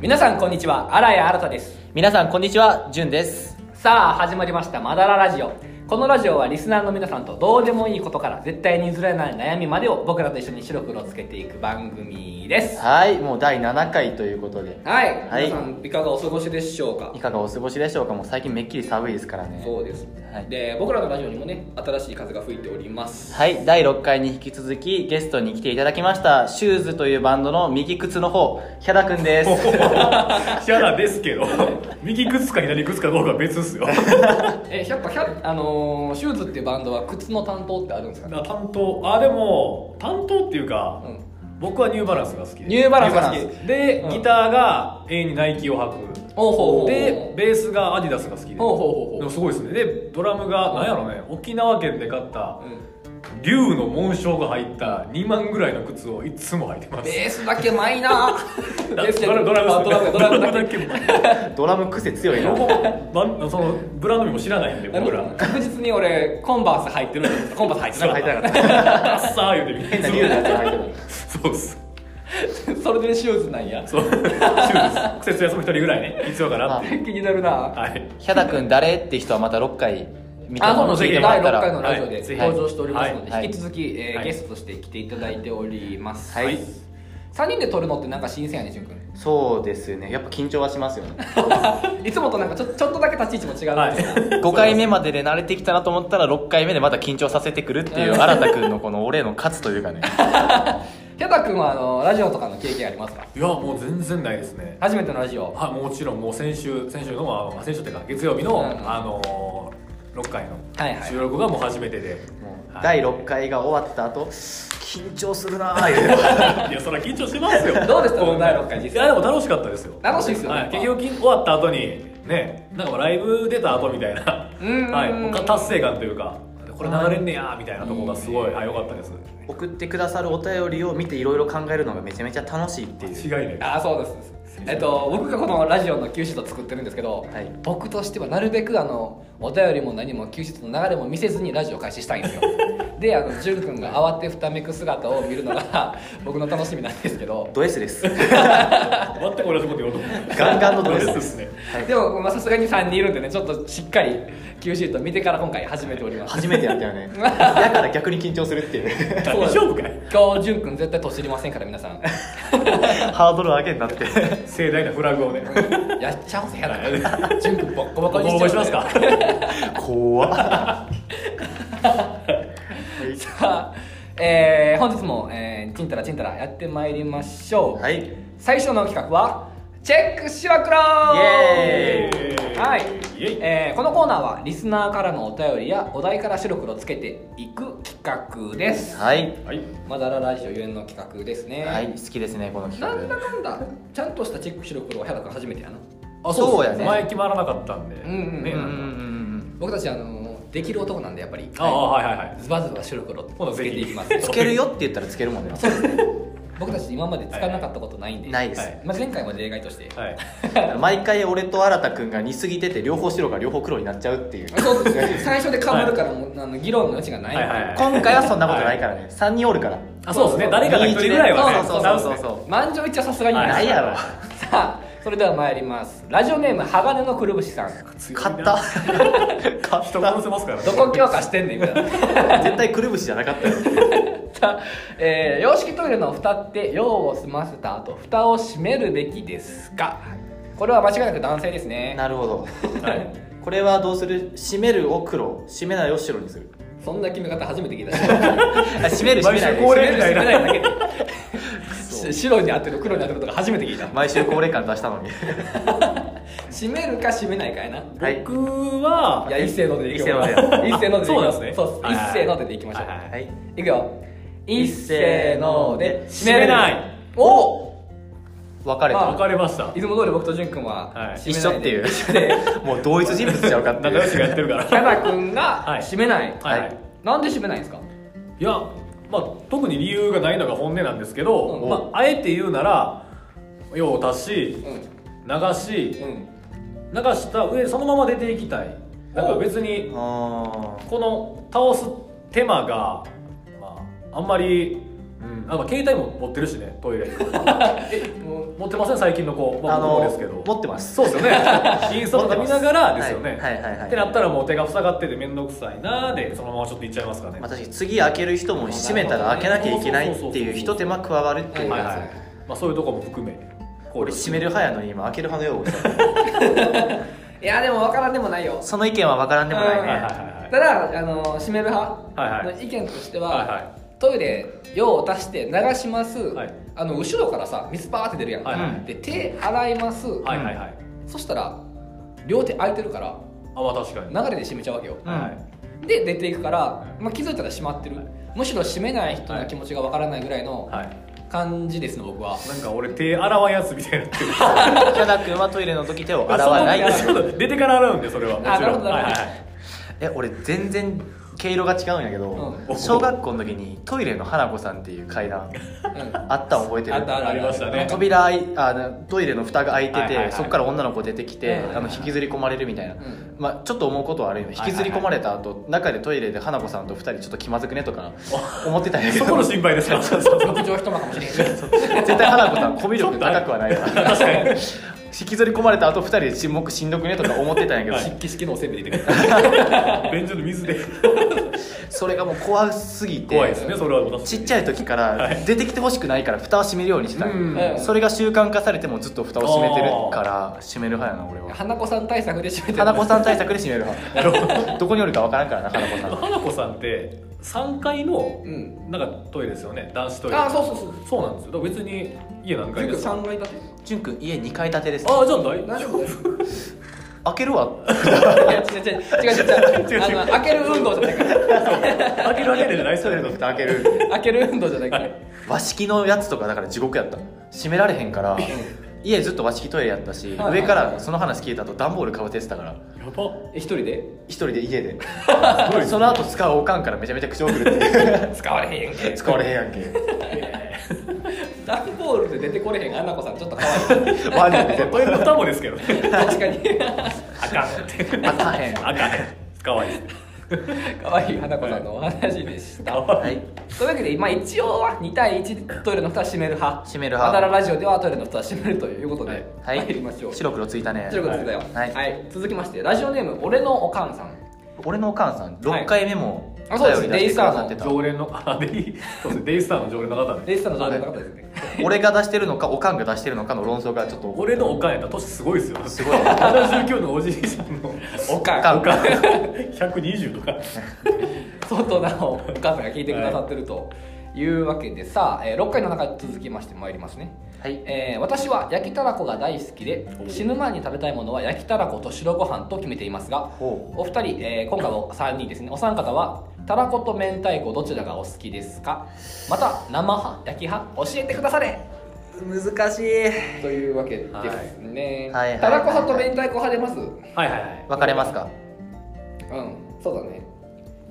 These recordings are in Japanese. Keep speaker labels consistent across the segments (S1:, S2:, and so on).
S1: 皆さんこんにちは荒谷新です
S2: 皆さんこんにちはじゅんです
S1: さあ始まりました「まだらラジオ」このラジオはリスナーの皆さんとどうでもいいことから絶対に譲れない悩みまでを僕らと一緒に白黒つけていく番組です
S2: はいもう第7回ということで
S1: はい、
S2: はい
S1: 皆さんいかがお過ごしでしょうか
S2: いかがお過ごしでしょうかもう最近めっきり寒いですからね
S1: そうです、
S2: はい
S1: で僕らのラジオにもね新しい風が吹いております
S2: はい第6回に引き続きゲストに来ていただきましたシューズというバンドの右靴の方ヒャダくん です
S3: 嫌なんですけど 右靴か左靴かどうかは別 っすよ
S1: えやっぱひゃあのーシューズっていうバンドは靴の担当ってあるんですかね
S3: な担当あでも担当っていうか、
S1: うん
S3: 僕はニューバランスが好きで
S1: ニューバランスが好き
S3: ニューバランスで、
S1: うん
S3: ギターが A にナイキを履く
S1: おうほうほう
S3: でベースがアディダスが好きで
S1: ほうほうほうほう
S3: でもすごいですねでドラムがなんやろね沖縄県で買った
S1: うん
S3: 竜の紋章が入った2万ぐらいの靴をいつも履いてます
S1: ベースだけマイナーベース だけ
S3: ドラムドラム
S1: あドラムドラムだけ
S3: けも
S2: ドラム癖強いな
S3: ロゴバンそのブランド名も知らないんで
S1: なるほ
S3: 僕ら
S1: ど確実に俺コンバース入ってるんですコンバース入ってなかっ
S2: 入ってなかった
S3: ダッサー言うて
S2: 変な竜のやつが入ってる
S3: そうっす
S1: たそれでシューズなんや
S3: そう週です節約も一人ぐらいね必要かなっていう
S1: 気になるな
S3: はい
S2: ヒャダくん誰って人はまた6回見て
S1: あ
S2: も
S1: そ
S2: ら
S1: う
S2: っ
S1: です
S2: て
S1: ね
S2: も
S1: 第
S2: ら
S1: 6
S2: ったら
S1: 回のラジオで
S3: はいぜひ
S1: 登場しておりますので、
S2: はい
S1: 引き続き、えー
S3: はい
S1: ゲストとして来ていただいております、
S2: はい
S1: 3人で撮るのってなんか新鮮やねしゅんくん
S2: そうですねやっぱ緊張はします よね
S1: いつもとなん かちょちょっとだけ立ち位置も違う
S3: はい
S1: んですよ、
S2: 5回目までで慣れてきたなと思ったら6回目でまた緊張させてくるっていう新田君のこの俺の勝つというかね
S1: ヒャダ君はあのラジオとかの経験ありますか
S3: いやもう全然ないですね
S1: 初めてのラジオ
S3: はいもちろんもう先週先週のまあ先週っていうか月曜日
S1: うん
S3: のあのー6回の
S1: はいはい
S3: 収録がもう初めてで
S2: もう
S3: はい
S2: 第6回が終わった後緊張するなあ言う て
S3: いやそりゃ緊張します よ
S1: どうでした
S3: こんな
S1: 第六回実際
S3: いやでも楽しかったですよ
S1: 楽しいっすよね
S3: はい、結局終わった後にねなんかもうライブ出た後みたいな
S1: うん
S3: はいもうか達成感というかこれ流れんねやみたいなところがすごいはい良かったです
S2: 送ってくださるお便りを見ていろいろ考えるのがめちゃめちゃ楽しいっていう
S3: 間違いない
S1: あそうですえっと僕がこのラジオの Q シート作ってるんですけど、
S2: はい
S1: 僕としてはなるべくあのお便りも何も Q シートの流れも見せずにラジオ開始したいん ですよであの潤君が慌てふためく姿を見るのが 僕の楽しみなんですけど
S2: ド S です
S3: 全く同じこと言おうと思って
S2: ガンガンのドレス
S3: ドレスですね
S1: でもまあさすがに3人いるんでねちょっとしっかり Q シート見てから今回始めております
S2: 初めてやったよ ねだから逆に緊張するっていう
S3: 大丈夫かい
S1: 今日潤君絶対年知りませんから皆 さん
S2: ハードル上げになって
S3: 盛大なフラグをね
S1: やっちゃおうぜやだ潤君ボッコボ
S3: ボ
S1: コ
S3: コ
S1: に
S3: ボ
S1: し
S3: コに
S1: ち
S3: し
S1: ゃお
S3: ま
S1: う
S3: す
S1: ぜ
S3: か
S2: 怖っ
S1: さあ、えー本日も、えー、ちんたらちんたらやってまいりましょう、
S2: はいイ
S1: 最初の企画はチェック白黒
S2: エーイ
S3: イ
S1: はい
S3: イエイ
S1: えーこのコーナーはリスナーからのお便りやお題から白黒つけていく企画です
S2: はい、
S3: はい
S1: まだらラジオゆえんの企画ですね、
S2: はい、好きですねこの
S1: な
S2: 企
S1: んだ
S2: 画
S1: かんだちゃんとしたチェック白黒は原田君初めてやな
S3: あ
S2: そうやね
S3: 前決まらなかったんで
S1: んうんうん
S3: ね
S2: うんうんうん
S1: 僕たちあのーできる男なんでやっぱり
S3: ああはいはいはい
S1: ズバズバ白黒
S3: ほな
S1: つ
S3: ぜ
S1: け
S3: ひ
S1: ていきます
S2: つけるよって言ったらつけるもんね
S1: 僕たち今まで使わなかったことないんで、
S2: ないです、
S3: はい
S1: まあ、前回も例外として、
S3: はい
S2: 毎回俺と新田君が似すぎてて両方白が両方黒になっちゃうっていう
S1: そうそう最初で被るからもう、あの議論の余地がない、
S3: はいはい
S2: 今回はそんなことないからね3人おるから
S3: あそうですね誰かが一人ぐらいはね
S2: そうそうそうそう
S3: ダメっす
S2: そ
S3: ね
S2: う
S1: 満場一致はさすがに
S2: ないやろ
S1: さあそれでは参りますラジオネーム鋼のくるぶしさん
S2: 買った買っ
S3: 人が乗
S2: た
S3: せますからね
S1: どこ強化してんねんみたいな
S2: 絶対くるぶしじゃなかったよ
S1: さあ、えー洋式トイレの蓋って用を済ませた後蓋を閉めるべきですかこれは間違いなく男性ですね
S2: なるほど
S3: はい
S2: これはどうする締めるを黒締めないを白にする
S1: そんな決め方初めて聞いたし
S2: あ締める締めない
S3: 毎週恒
S2: で
S3: 例みたいな
S1: 閉める閉めないだけで白に当てる黒に当てるとか初めて聞いた
S2: 毎週高齢感出したのに
S1: 閉めるか閉めないかやな
S2: はい
S3: 僕はい
S1: や一斉のでいきましょう
S2: 一斉
S1: 一斉のでいきまし
S2: の
S1: ょ
S3: そうなんですね
S1: そうっす
S3: はいはい
S1: 一斉のででいきましょう
S3: はいはい
S2: はい
S1: いくよ
S2: 一斉ので
S1: 閉
S3: 閉めない
S1: おお
S2: 分かれ
S1: あ
S2: た
S3: 分かれました
S1: いつも通り僕と淳君は
S3: はい
S2: 一緒っていう
S1: 閉めないで
S2: もう同一人物ちゃうかって
S3: 仲良しが
S2: い
S3: やっ
S2: う
S3: てるから
S1: キャダ君が
S3: はい
S1: 閉めない
S3: はい、
S2: はい
S3: い、
S1: なんで閉めないんですか
S3: やまあ特に理由がないのが本音なんですけど、
S1: うん
S3: まああえて言うなら用を足
S1: う
S3: し流し
S1: んうん
S3: 流した上でそのまま出ていきたいだから別に
S2: あ
S3: この倒す手間が、まあ、あんまり、うん、うんあの携帯も持ってるしねトイレ えもう持ってません最近の子、まあ、
S2: あ
S3: 僕
S2: の
S3: もですけど
S2: 持ってます
S3: そうですよ ねインスタとか見ながらですよね、
S2: はいはいはいはい
S3: ってなったらもう手が塞がってて面倒くさいなーでそのままちょっといっちゃいますかね、
S2: まあ、確かに次開ける人も閉めたら開けなきゃいけないっていう一手間加わるっていう
S3: はい
S2: や
S3: は
S2: つ、
S3: いまあ、そういうとこも含め考
S2: 俺
S3: 慮し
S2: 閉める派やのに今開ける派のようで
S1: いやでも分からんでもないよ
S2: その意見は分からんでもない
S1: うん
S2: ね、
S3: はいはいはい
S1: ただあの閉める派
S3: はいは
S1: の
S3: い
S1: 意見としては、
S3: はいは
S1: トイレ用を足して流します、
S3: はい
S1: あの後ろからさ水パーって出るやん、
S3: はいはい
S1: で手洗います、
S3: いはいはいはい
S1: そしたら両手空いてるから
S3: あまあ確かに
S1: 流れで閉めちゃうわけよ、
S2: うん
S1: で出ていくから、まあ、気づいたら閉まってる、むしろ閉めない人の気持ちがわからないぐらいの
S3: はい
S1: 感じですね僕は
S3: なんか俺手洗わんやつみたいになってる
S2: キャダ君はトイレの時手を洗わない
S3: そのそう出てから洗うんでそれはもちろん
S1: あなるほど
S3: は
S1: ないる
S3: は
S1: ほど
S3: いはい
S2: え俺全然毛色が違うんやけど、
S3: うん
S2: 小学校の時にトイレの花子さんっていう階
S1: う
S2: 段
S1: ん
S2: あったん覚えて る
S1: あったある
S3: ありましたね
S2: 扉開いあのトイレの蓋が開いてて、
S3: はいはいはい
S2: そこから女の子出てきて、
S1: うん
S2: あの引きずり込まれるみたいな、
S1: ん
S2: まあ、ちょっと思うことはあるよね引きずり込まれた後、中でトイレで花子さんと2人ちょっと気まずくねと か思ってたんやけ
S3: そ
S2: ど
S3: この心配ですか そうそうそう
S1: 特徴一間かもしれへんけど
S2: 絶対花子さんコミュ力高くはないから引きずり込まれた後2人で沈黙しんどくねとか思ってたんやけど、
S1: 筆記式のおせんべい出てくる
S3: 便所の水で
S2: それがもう怖すぎて
S3: 怖いですねそれはもう
S2: ちっ
S3: 確
S2: ちゃい時から出てきてほしくないから蓋を閉めるようにしてた、
S3: うん
S2: それが習慣化されてもずっと蓋を閉めてるから閉める派やな俺は
S1: 花子さん対策で閉めてる
S2: 花子さん対策で閉める派どこにおるかわからんから な花子さ
S3: かに
S2: ん
S3: 花子さんって3階の
S1: うん
S3: なんかトイレですよね男子トイレ
S1: あそうそうそう
S3: そうなんですよだから別に家何階
S1: 塾
S3: ですか
S1: 3階建て
S2: 潤くん家2階建てです
S3: ああじゃあ大
S1: 何
S3: 丈
S1: これ
S2: 開けるわ
S1: いや違う違う違う違う違うあの開ける運動じゃないから
S3: 夫開けるわけじゃないです
S2: ト
S3: よ
S2: イレ
S3: ね
S2: の蓋開ける
S1: 開ける運動じゃないから
S2: 和式のやつとかだから地獄やった閉められへんから家ずっと和式トイレやったし
S1: はいはい
S2: 上からその話聞いた後段ボールかぶせてたから
S3: やば
S1: え一人で
S2: 一人で家でその後使うおかんからめちゃめちゃ口をくるっていう
S1: 使われへんやん け
S2: 使われへんやんけ
S1: 段ボールで出てこれへん花子さんちょっと可愛い
S2: マジ で
S3: トイレの蓋もですけどね
S1: 確かに
S3: あかんって
S2: あかへん
S3: あかんかわいい
S1: 可愛い花子さんのお話でした
S2: はい
S1: というわけで、まあ、一応は2対1でトイレの蓋は閉める派
S2: 閉める
S1: ま
S2: 派
S1: たらラジオではトイレの蓋は閉めるということで、
S2: はい
S1: 参りましょう
S2: 白黒ついたね
S1: ということでだよ
S2: は
S1: はいい、続きましてラジオネーム俺のおかんさん
S2: 俺のお母さん6回目も
S1: あそうです
S2: ってた
S3: 常連のあデイそうですねデイスターの常連の方ね
S1: レイスさんの状態の方ですね
S2: 俺が出してるのかおかんが出してるのかの論争がちょっと
S3: 俺のおかんやったら年すごいですよ
S2: すごい
S3: 79のおじいさんの
S1: おかん
S2: おかん
S3: おかん120とか
S1: 相当なお母さんが聞いてくださってるというわけでさあ、えー6回の中続きましてまいりますね
S2: はい
S1: えー私は焼きたらこが大好きで
S3: お
S1: 死ぬ前に食べたいものは焼きたらこと白ご飯と決めていますが
S2: ほ
S1: お二人、えー今回の3人ですねお三方はたらこと明太子どちらがお好きですかまた生派焼き派教えてくだされ
S2: 難しい
S1: というわけですね、
S2: はいはい
S1: たらこ派と明太子派出ますう
S3: はいはいはい
S2: 分かれますか
S1: んそうだね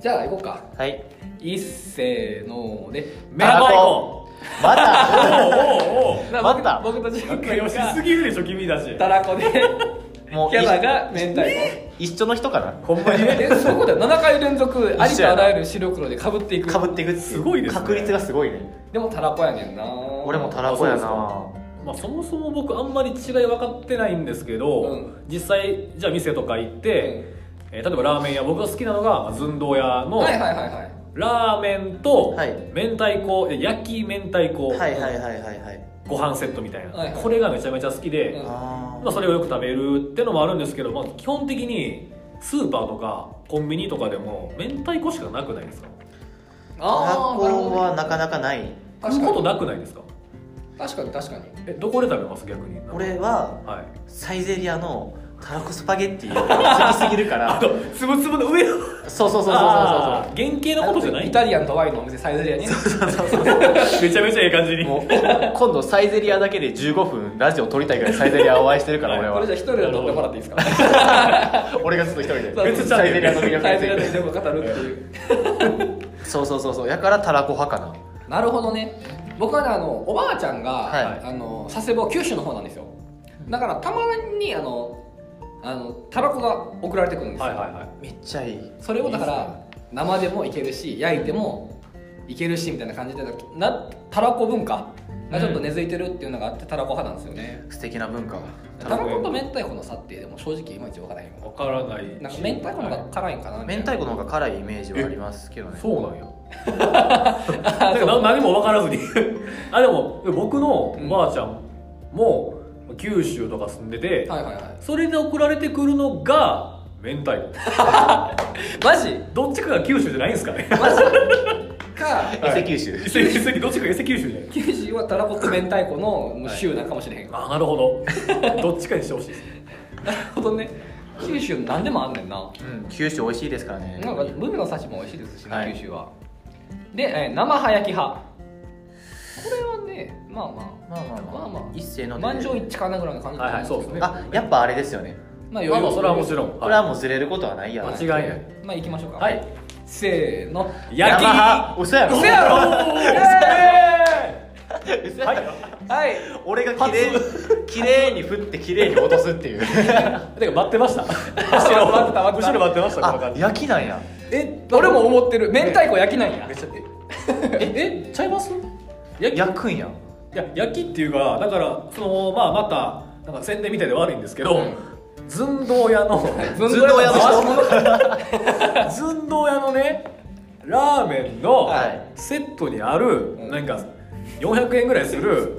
S1: じゃあ行こうか
S2: はい
S1: いっせーので
S3: メラバイコ
S2: まだ
S3: おうおうおう
S2: 待った
S1: 僕とジ
S3: な
S1: ュ
S3: ん
S1: ン
S3: かよ
S1: 君
S3: し
S1: が
S3: すぎるでしょ君だした
S1: らこで
S2: も う
S1: キ
S2: い
S1: ャラが明太子
S2: 一緒の人かな
S3: ほんまにね
S1: えそういうことだ7回連続ありとあらゆる白黒でかぶっていく
S2: かぶっていくってう
S3: すごいですね
S2: 確率がすごいね
S1: でもたらこやねんな
S2: 俺もたらこやな
S3: あまあ、そもそも僕あんまり違い分かってないんですけど、
S1: うん
S3: 実際じゃあ店とか行って、えー例えばラーメン屋僕が好きなのがまあ寸胴屋の、
S1: はいはいはいはい
S3: ラーメンと
S2: はい
S3: 明太子、え焼き明太子、
S2: はいはいはいはいはい
S3: ご飯セットみたいな、
S1: はいはい
S3: これがめちゃめちゃ好きで、
S1: うん
S2: あ
S3: まあ、それをよく食べるってのもあるんですけど、まあ、基本的にスーパーとかコンビニとかでも明太子しかなくないですか
S2: たら
S1: あーなるほ
S2: こ
S1: ど
S2: はなかなかない
S3: 食
S1: 確
S3: う
S1: か
S3: こと
S1: に
S3: なくないですか
S1: 確かに確かに
S3: えどこで食べます逆に
S2: 俺は
S3: はい
S2: サイゼリアのたらこスパゲッティを好きすぎるか
S3: あ
S2: ら
S3: とつぶつぶの上を
S2: そうそうそうそうそうそう
S3: あー原型のことじゃない
S1: イタリアンとワインのお店サイゼリアに
S3: めちゃめちゃええ感じに
S2: もう今度サイゼリアだけで15分ラジオ撮りたいぐらいサイゼリアお会いしてるから俺
S1: これじゃ
S2: は
S1: あ一人で乗ってもらっていいですか
S2: 俺がずっと一人で
S1: そうそう
S2: サイゼリアの魅
S1: サイゼリア
S2: 力
S1: で
S2: について
S1: 全部語るっていう
S2: そうそうそうそうやからたらこ派かな
S1: なるほどね僕はねあのおばあちゃんが、
S2: はい
S1: あの佐世保九州の方なんですよだからたまにあのあのたらこが送られてくるんですよ、
S3: はいはいはい
S2: めっちゃいい
S1: それをだから生でもいけるし焼いてもいけるしみたいな感じでなたらこ文化がちょっと根付いてるっていうのがあってたらこ派なんですよね、
S2: 素敵な文化
S1: たらこと明太子の差ってでも正直いまいち分からへんわ
S3: わからない
S1: なんか明太子の方が辛いんかなみた
S2: 明
S1: いな
S2: 太子の方が辛いイメージはありますけどね
S3: そうなんや なんかな何も分からずにあでも僕のおばあちゃんも九州とか住んでて、
S1: はいはいはい
S3: それで送られてくるのが明太子
S1: マジ
S3: どっちかが九州じゃないんですかね
S1: か
S2: 伊勢九州
S3: 伊勢伊勢どっちかが伊勢九州じゃない
S1: 九州はたらこと明太子の州なんかもしれへん、
S3: あなるほどどっちかにしてほしいです
S1: なるほどね九州何でもあんねんな
S2: うん九州美味しいですからね
S1: なんかブミの刺しも美味しいですしね、
S2: はい
S1: 九州はで、えー生葉焼き派これはねまあま
S2: まあまあまあ
S1: まあまあ
S2: 一斉
S1: あ
S2: の
S1: 満場一致かなぐらいの感じ
S3: はいはいそうですね
S2: あやっぱあれですよね
S1: まあ
S3: まあまあ
S1: 余裕
S3: それはもちろん
S2: これはもうずれることはないやろ
S3: 間違いない
S1: まあ行きましょうか
S3: はい
S1: せーの
S3: 焼き
S2: ヤマハ嘘やろ
S1: 嘘やろ
S2: 嘘やろ
S3: は
S1: はい
S2: 俺が綺麗綺麗に振って綺麗に落とすっていう
S3: いてか待ってました 後ろ
S1: 待ってた待ってた
S3: 後ろ待ってましたこの
S2: あ
S3: 感じ
S2: 焼きなんや
S1: え俺も思ってる明太子焼きなんや
S3: ええちゃいます焼き
S2: 焼くんや
S3: いや焼きっていうかだからそのまあまたなんか宣伝みたいで悪いんですけど、寸胴屋の
S1: ずん
S2: ずんどう屋の人
S3: 寸胴屋のねラーメンの
S2: はい
S3: セットにある、
S1: うん
S3: なんか400円ぐらいする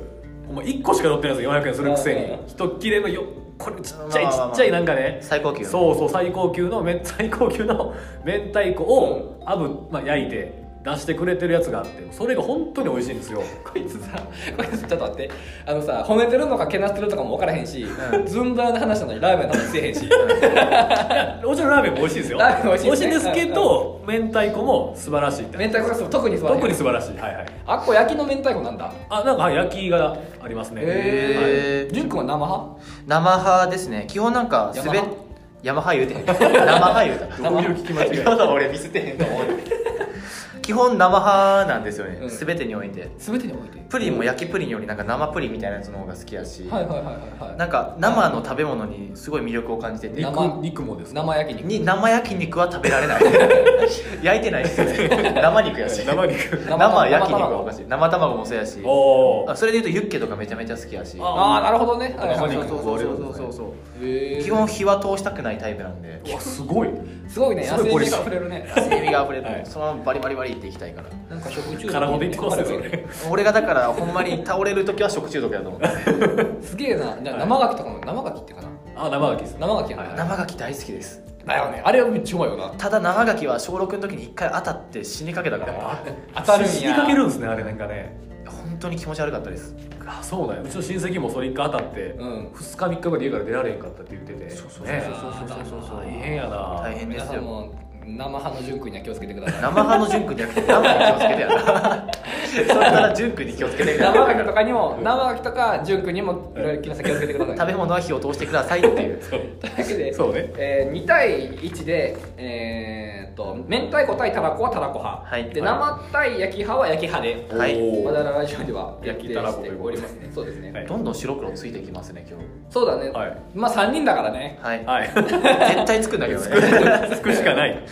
S3: お前1個しか乗ってないんですよ400円するくせ
S1: うん
S3: に一切れのよこれちっちゃい
S2: まあ
S3: ち
S2: まあまあ
S3: っちゃいなんかね
S2: 最高級う
S3: そうそう最高級のめ 最高級の明太子を炙、まあ、焼いて出してくれてるやつがあってそれが本当に美味しいんですよ
S1: こいつさこいつちょっと待ってあのさ褒めてるのかけなしてるとかも分からへんし、
S2: うん
S1: ずんどう屋の話なのにラーメンの話せえへんし
S3: もちろんラーメンも美味しいですよ
S1: ラーメンも美味しいですね
S3: 美味しいんですけど明太子も素晴らしいって
S1: 明太子がそう特にそうだね
S3: 特に素晴らしいはいはい
S1: あっこ焼きの明太子なんだ
S3: あなんかはい焼きがありますね
S2: へー
S1: え純くんは生派
S2: 生派ですね基本なんか
S1: ヤ
S2: す
S1: マハ
S2: べヤマハ言うてへん生派言うた
S1: どういう聞
S3: き間違い
S2: 今の俺ミスってへんと思う基本生派なんですよね、
S1: うん
S2: すべ全てにおいて
S1: 全てにおいて
S2: プリンも焼きプリンよりなんか生プリンみたいなやつの方が好きやし、
S1: はいはいはいはいはい
S2: なんか生の食べ物にすごい魅力を感じてて
S1: 生
S3: 肉肉もですか
S1: 生焼き肉
S2: に生焼き肉は食べら れない焼いてないです生肉やし
S3: 生肉
S1: 生
S2: 生焼き肉は
S1: 卵
S2: おかしい生卵もそうやし
S3: おお
S2: あそれでいうとユッケとかめちゃめちゃ好きやし
S3: あ
S1: ああなるほどねはいはい
S3: 生
S1: はい
S3: 肉
S2: そうそうそうそうそう
S1: へー
S2: 基本火は通したくないタイプなんです
S3: ごい
S1: すごいね
S3: す
S1: 野
S3: ごい
S1: 生
S3: ポリ
S1: 味
S3: シー
S1: が溢れるね
S2: セミが溢れて、
S3: はい
S2: そのままバリバリバリっていきたいから
S1: なんか食中毒
S3: 空ごでいってますよそれ
S2: 俺がだからほんまに倒れる時は食中毒やと思 う
S1: すげえなじゃあ生牡蠣とかも生牡蠣ってかな
S3: あ生牡蠣です
S1: 生牡蠣や
S3: は
S1: な
S2: 生ガキ大好きです
S1: だよねあれはめっちゃうまいよな
S2: ただ生ガキは小6の時に一回当たって死にかけたから
S1: 当たるんや
S3: 死にかけるんですねあれなんかね
S2: 本当に気持ち悪かったです
S3: あそうだようちの親戚もそれ一回当たって、
S1: う
S3: 二
S1: ん
S3: 2日3日ぐらい家から出られへんかったって言っててそうそう
S1: そう
S2: そうそうそう
S3: 大変やな
S2: 大変で
S1: 皆
S2: す
S1: さん
S2: よ
S1: も生派の純くんには気をつけてくだ さい
S2: 生派のジュン君じゃなくて生に気をつけてやなそれからジュン君に気をつけてくだ
S1: 生
S2: さ
S1: 牡
S2: い
S1: 蠣とかにも生牡蠣とか純くんにもいろいろ気をつけてください
S2: 食べ物は火を通してくださいっていう
S1: というわけで
S3: そうね
S1: えー2対1で、えーっと明太子対たらこはたらこ派、
S2: はい
S1: で
S2: はい
S1: 生対焼き派は焼き派で、
S2: はい
S3: おー
S1: まだラジオでは
S3: 焼き
S1: 決定
S3: たらこ
S1: しておりますねそうですね、
S3: はい
S2: どんどん白黒ついてきますね今日
S1: そうだね、
S3: はい
S1: まあ3人だからね
S2: はい
S3: はい
S2: 絶対つくんだけどね
S3: つくしかない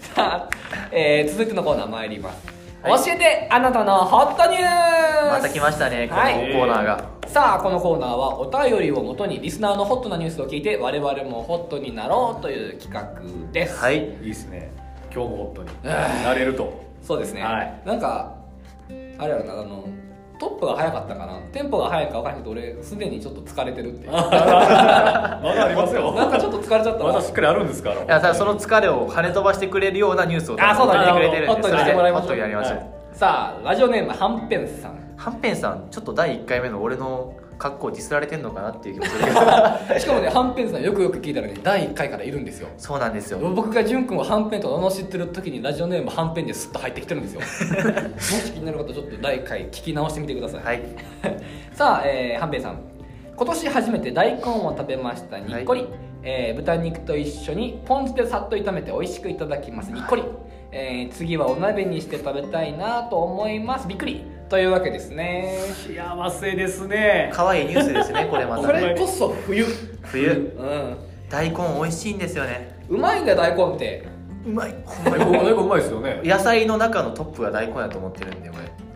S1: さあ、えー続いてのコーナー参ります、
S2: はい
S1: 教えてあなたのホットニュース
S2: また来ましたねこのコ
S1: はい
S2: ーナーが
S1: さあこのコーナーはお便りをもとにリスナーのホットなニュースを聞いて我々もホットになろうという企画です、
S2: はい
S3: いいっすね今日もホットになれると
S1: そうですね、
S3: はい
S1: なんかあれやろなあのトップが早かったかなテンポが早いか分からへんけど俺すでにちょっと疲れてるっていう
S3: まだありますよ
S1: なんかちょっと疲れちゃった
S3: ま
S1: わ
S3: だしっかりあるんですから
S2: いやさその疲れを跳ね飛ばしてくれるようなニュースを
S1: あそうだね
S2: 聞いてくれてるんで
S1: ホット
S2: そ
S1: に
S2: れ
S1: して
S2: で
S1: もらいましょう
S2: ホットにやりましょう、
S3: はい
S1: さあラジオネームはんぺんさん
S2: はんぺんさんちょっと第1回目の俺の格好ディスられてんのかなっていう気もするけど
S1: しかもねはんぺんさんよくよく聞いたらね第1回からいるんですよ
S2: そうなんですよ
S1: 僕がじゅんくんをはんぺんと罵ってる時にラジオネームはんぺんですっと入ってきてるんで すよもし気になる方ちょっと第1回聞き直してみてください、
S2: はい
S1: さあ、えー、はんべんさん今年初めて大根を食べましたにっこり、
S2: はい
S1: えー豚肉と一緒にポン酢でさっと炒めて美味しくいただきますにっこり、えー次はお鍋にして食べたいなと思いますびっくりというわけですね
S3: 幸せですね
S2: 可愛いニュースで すねこれま
S1: こ
S2: た
S1: れ
S2: ね
S1: こそ冬
S2: 冬
S1: うん
S2: 大根美味しいんですよね
S1: うまいんだよ大根って
S2: うまい
S3: 大根大根うまいですよね
S2: 野菜の中のトップは大根やと思ってるんで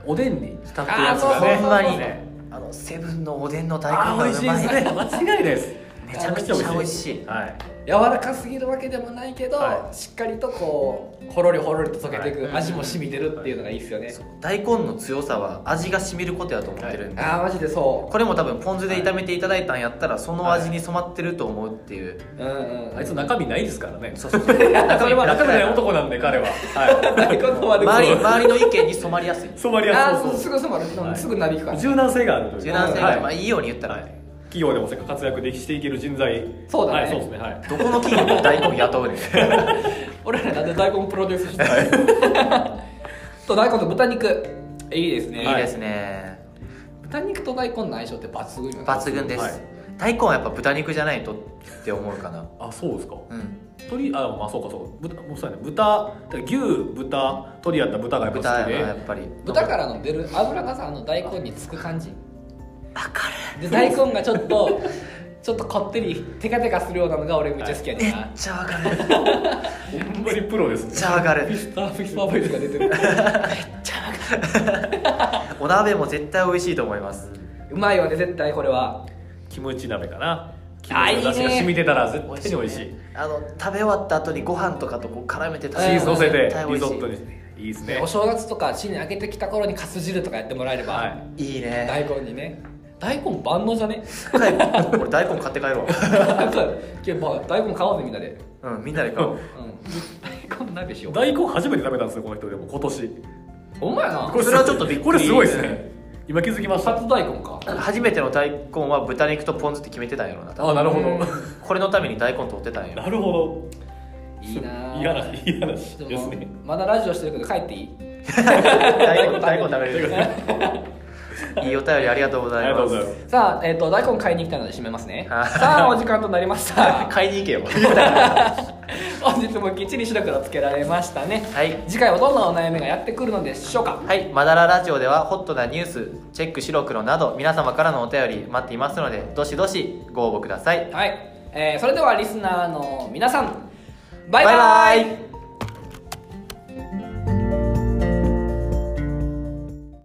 S2: 俺
S3: おでんに浸ってる
S1: あ
S3: や
S1: ー
S3: つ
S1: そう
S3: が
S1: そうそう
S3: ね
S2: ほんまに
S1: ね
S2: あのセブンのおでんの大根
S3: あー
S2: が
S3: 美味
S2: う
S3: しいで
S2: ますい
S3: ね間違いないです
S2: めちゃくちゃ美味しい
S3: はい
S1: 柔らかすぎるわけでもないけど、
S3: は
S1: しっかりとこうほろりほろりと溶けていく、
S3: はい
S1: 味も染みてるっていうのがいいですよね、
S2: そう大根の強さは味が染みることやと思ってるんで、
S1: ああマジでそ
S2: これも多分ポン酢で炒めていただいたんやったらその味に染まってると思うって いう、
S1: ううんうんうん
S3: あいつ中身ないですからね
S2: そうそうそう中身
S3: 中身
S2: 中身
S3: ない男なんで彼は は
S1: 大根の悪
S2: 周り
S1: 口
S2: 周りの意見に染まりやすい
S3: い染まり
S1: あ
S3: や
S1: あそう
S3: す
S1: す
S3: い
S1: ぐすぐ、
S3: はい
S1: すぐなびくから
S3: 柔軟性があるという
S2: 柔軟性が、
S3: はい
S2: いまあ、いいように言ったら、
S3: はい企業でも活躍できしていける人材
S1: そうだね
S3: はい、そうですねはい
S2: どこの企業も大根雇うねん
S1: 俺らなんで大根プロデュースしてる と大根と豚肉いいですね、
S2: いいですね、
S1: 豚肉と大根の相性って抜群よね
S2: 抜群です、
S3: はい
S2: 大根はやっぱ豚肉じゃないとって思うかな
S3: あそうですか
S2: うん
S3: 鶏あまあそうかそうか豚もうそうやね豚だから牛豚鶏やったら豚がやっ
S2: 豚
S3: ぱ好
S2: は
S3: き
S2: や
S3: で
S2: っぱり
S1: 豚からの出る油がさあの大根につく感じわかるで大根がちょっと ちょっとこってりテカテカするようなのが俺めっちゃ好きやねんな、
S2: めっちゃわかるめっ
S3: ほんまにプロですね
S2: ちゃわかる
S1: ミスターフィスターボイスが出てる
S2: お鍋も絶対美味しいと思います
S1: うまいよね絶対これは
S3: キムチ鍋かなキム
S1: あ
S3: チ
S1: いい
S3: の
S1: ね
S3: 出汁が染みてたら絶対に美味しい
S2: ねあの食べ終わった後にご飯とかとこう絡めて食
S1: 美
S2: べ
S1: 味しい
S2: る
S3: チーズ乗せて
S2: 絶対美
S3: リゾ
S2: 味しい
S3: ットにいいですね
S1: お正月とか新年明けてきた頃にかす汁とかやってもらえれば、
S3: はい
S2: いいね
S1: 大根にね大根万能じゃね
S2: はい俺大根買って帰ろ
S1: なんか今日まあ大根買おうぜみんなで、
S2: ううんみんなで買おう
S1: うん、大根鍋しよう
S3: 大根初めて食べたんですよこの人でも今年
S1: ほんまやな
S2: れそはちょっとびっくり
S3: これすごいですね今気づきました
S1: 初大根か
S2: 初めての大根は豚肉とポン酢って決めてたんやろうな多分
S3: あなるほ
S1: うん
S3: ど
S2: これのために大根取ってたん や
S3: なるほ
S1: いいな
S3: ど
S1: ぁ
S3: いい話いい話
S1: で
S3: で
S1: も
S3: すね
S1: まだラジオしてるけど帰っていい
S2: 大根大根食べれる いいお便りありがとうご
S3: あ
S2: ざ
S3: り
S2: い
S3: がとう
S2: ま
S3: ございますす
S1: さあ、えっと大根買いに行きたいので締めますね
S2: はい
S1: さあお時間となりました
S2: 買いに行けよ
S1: 本日もきっちり白黒つけられましたね
S2: はい
S1: 次回はどんなお悩みがやってくるのでしょうか
S2: はい、マダララジオではホットなニュース、チェック白黒など皆様からのお便り待っていますので、どしどしご応募ください。
S1: はい、えーそれではリスナーの皆さんバイバイ
S2: バイバイ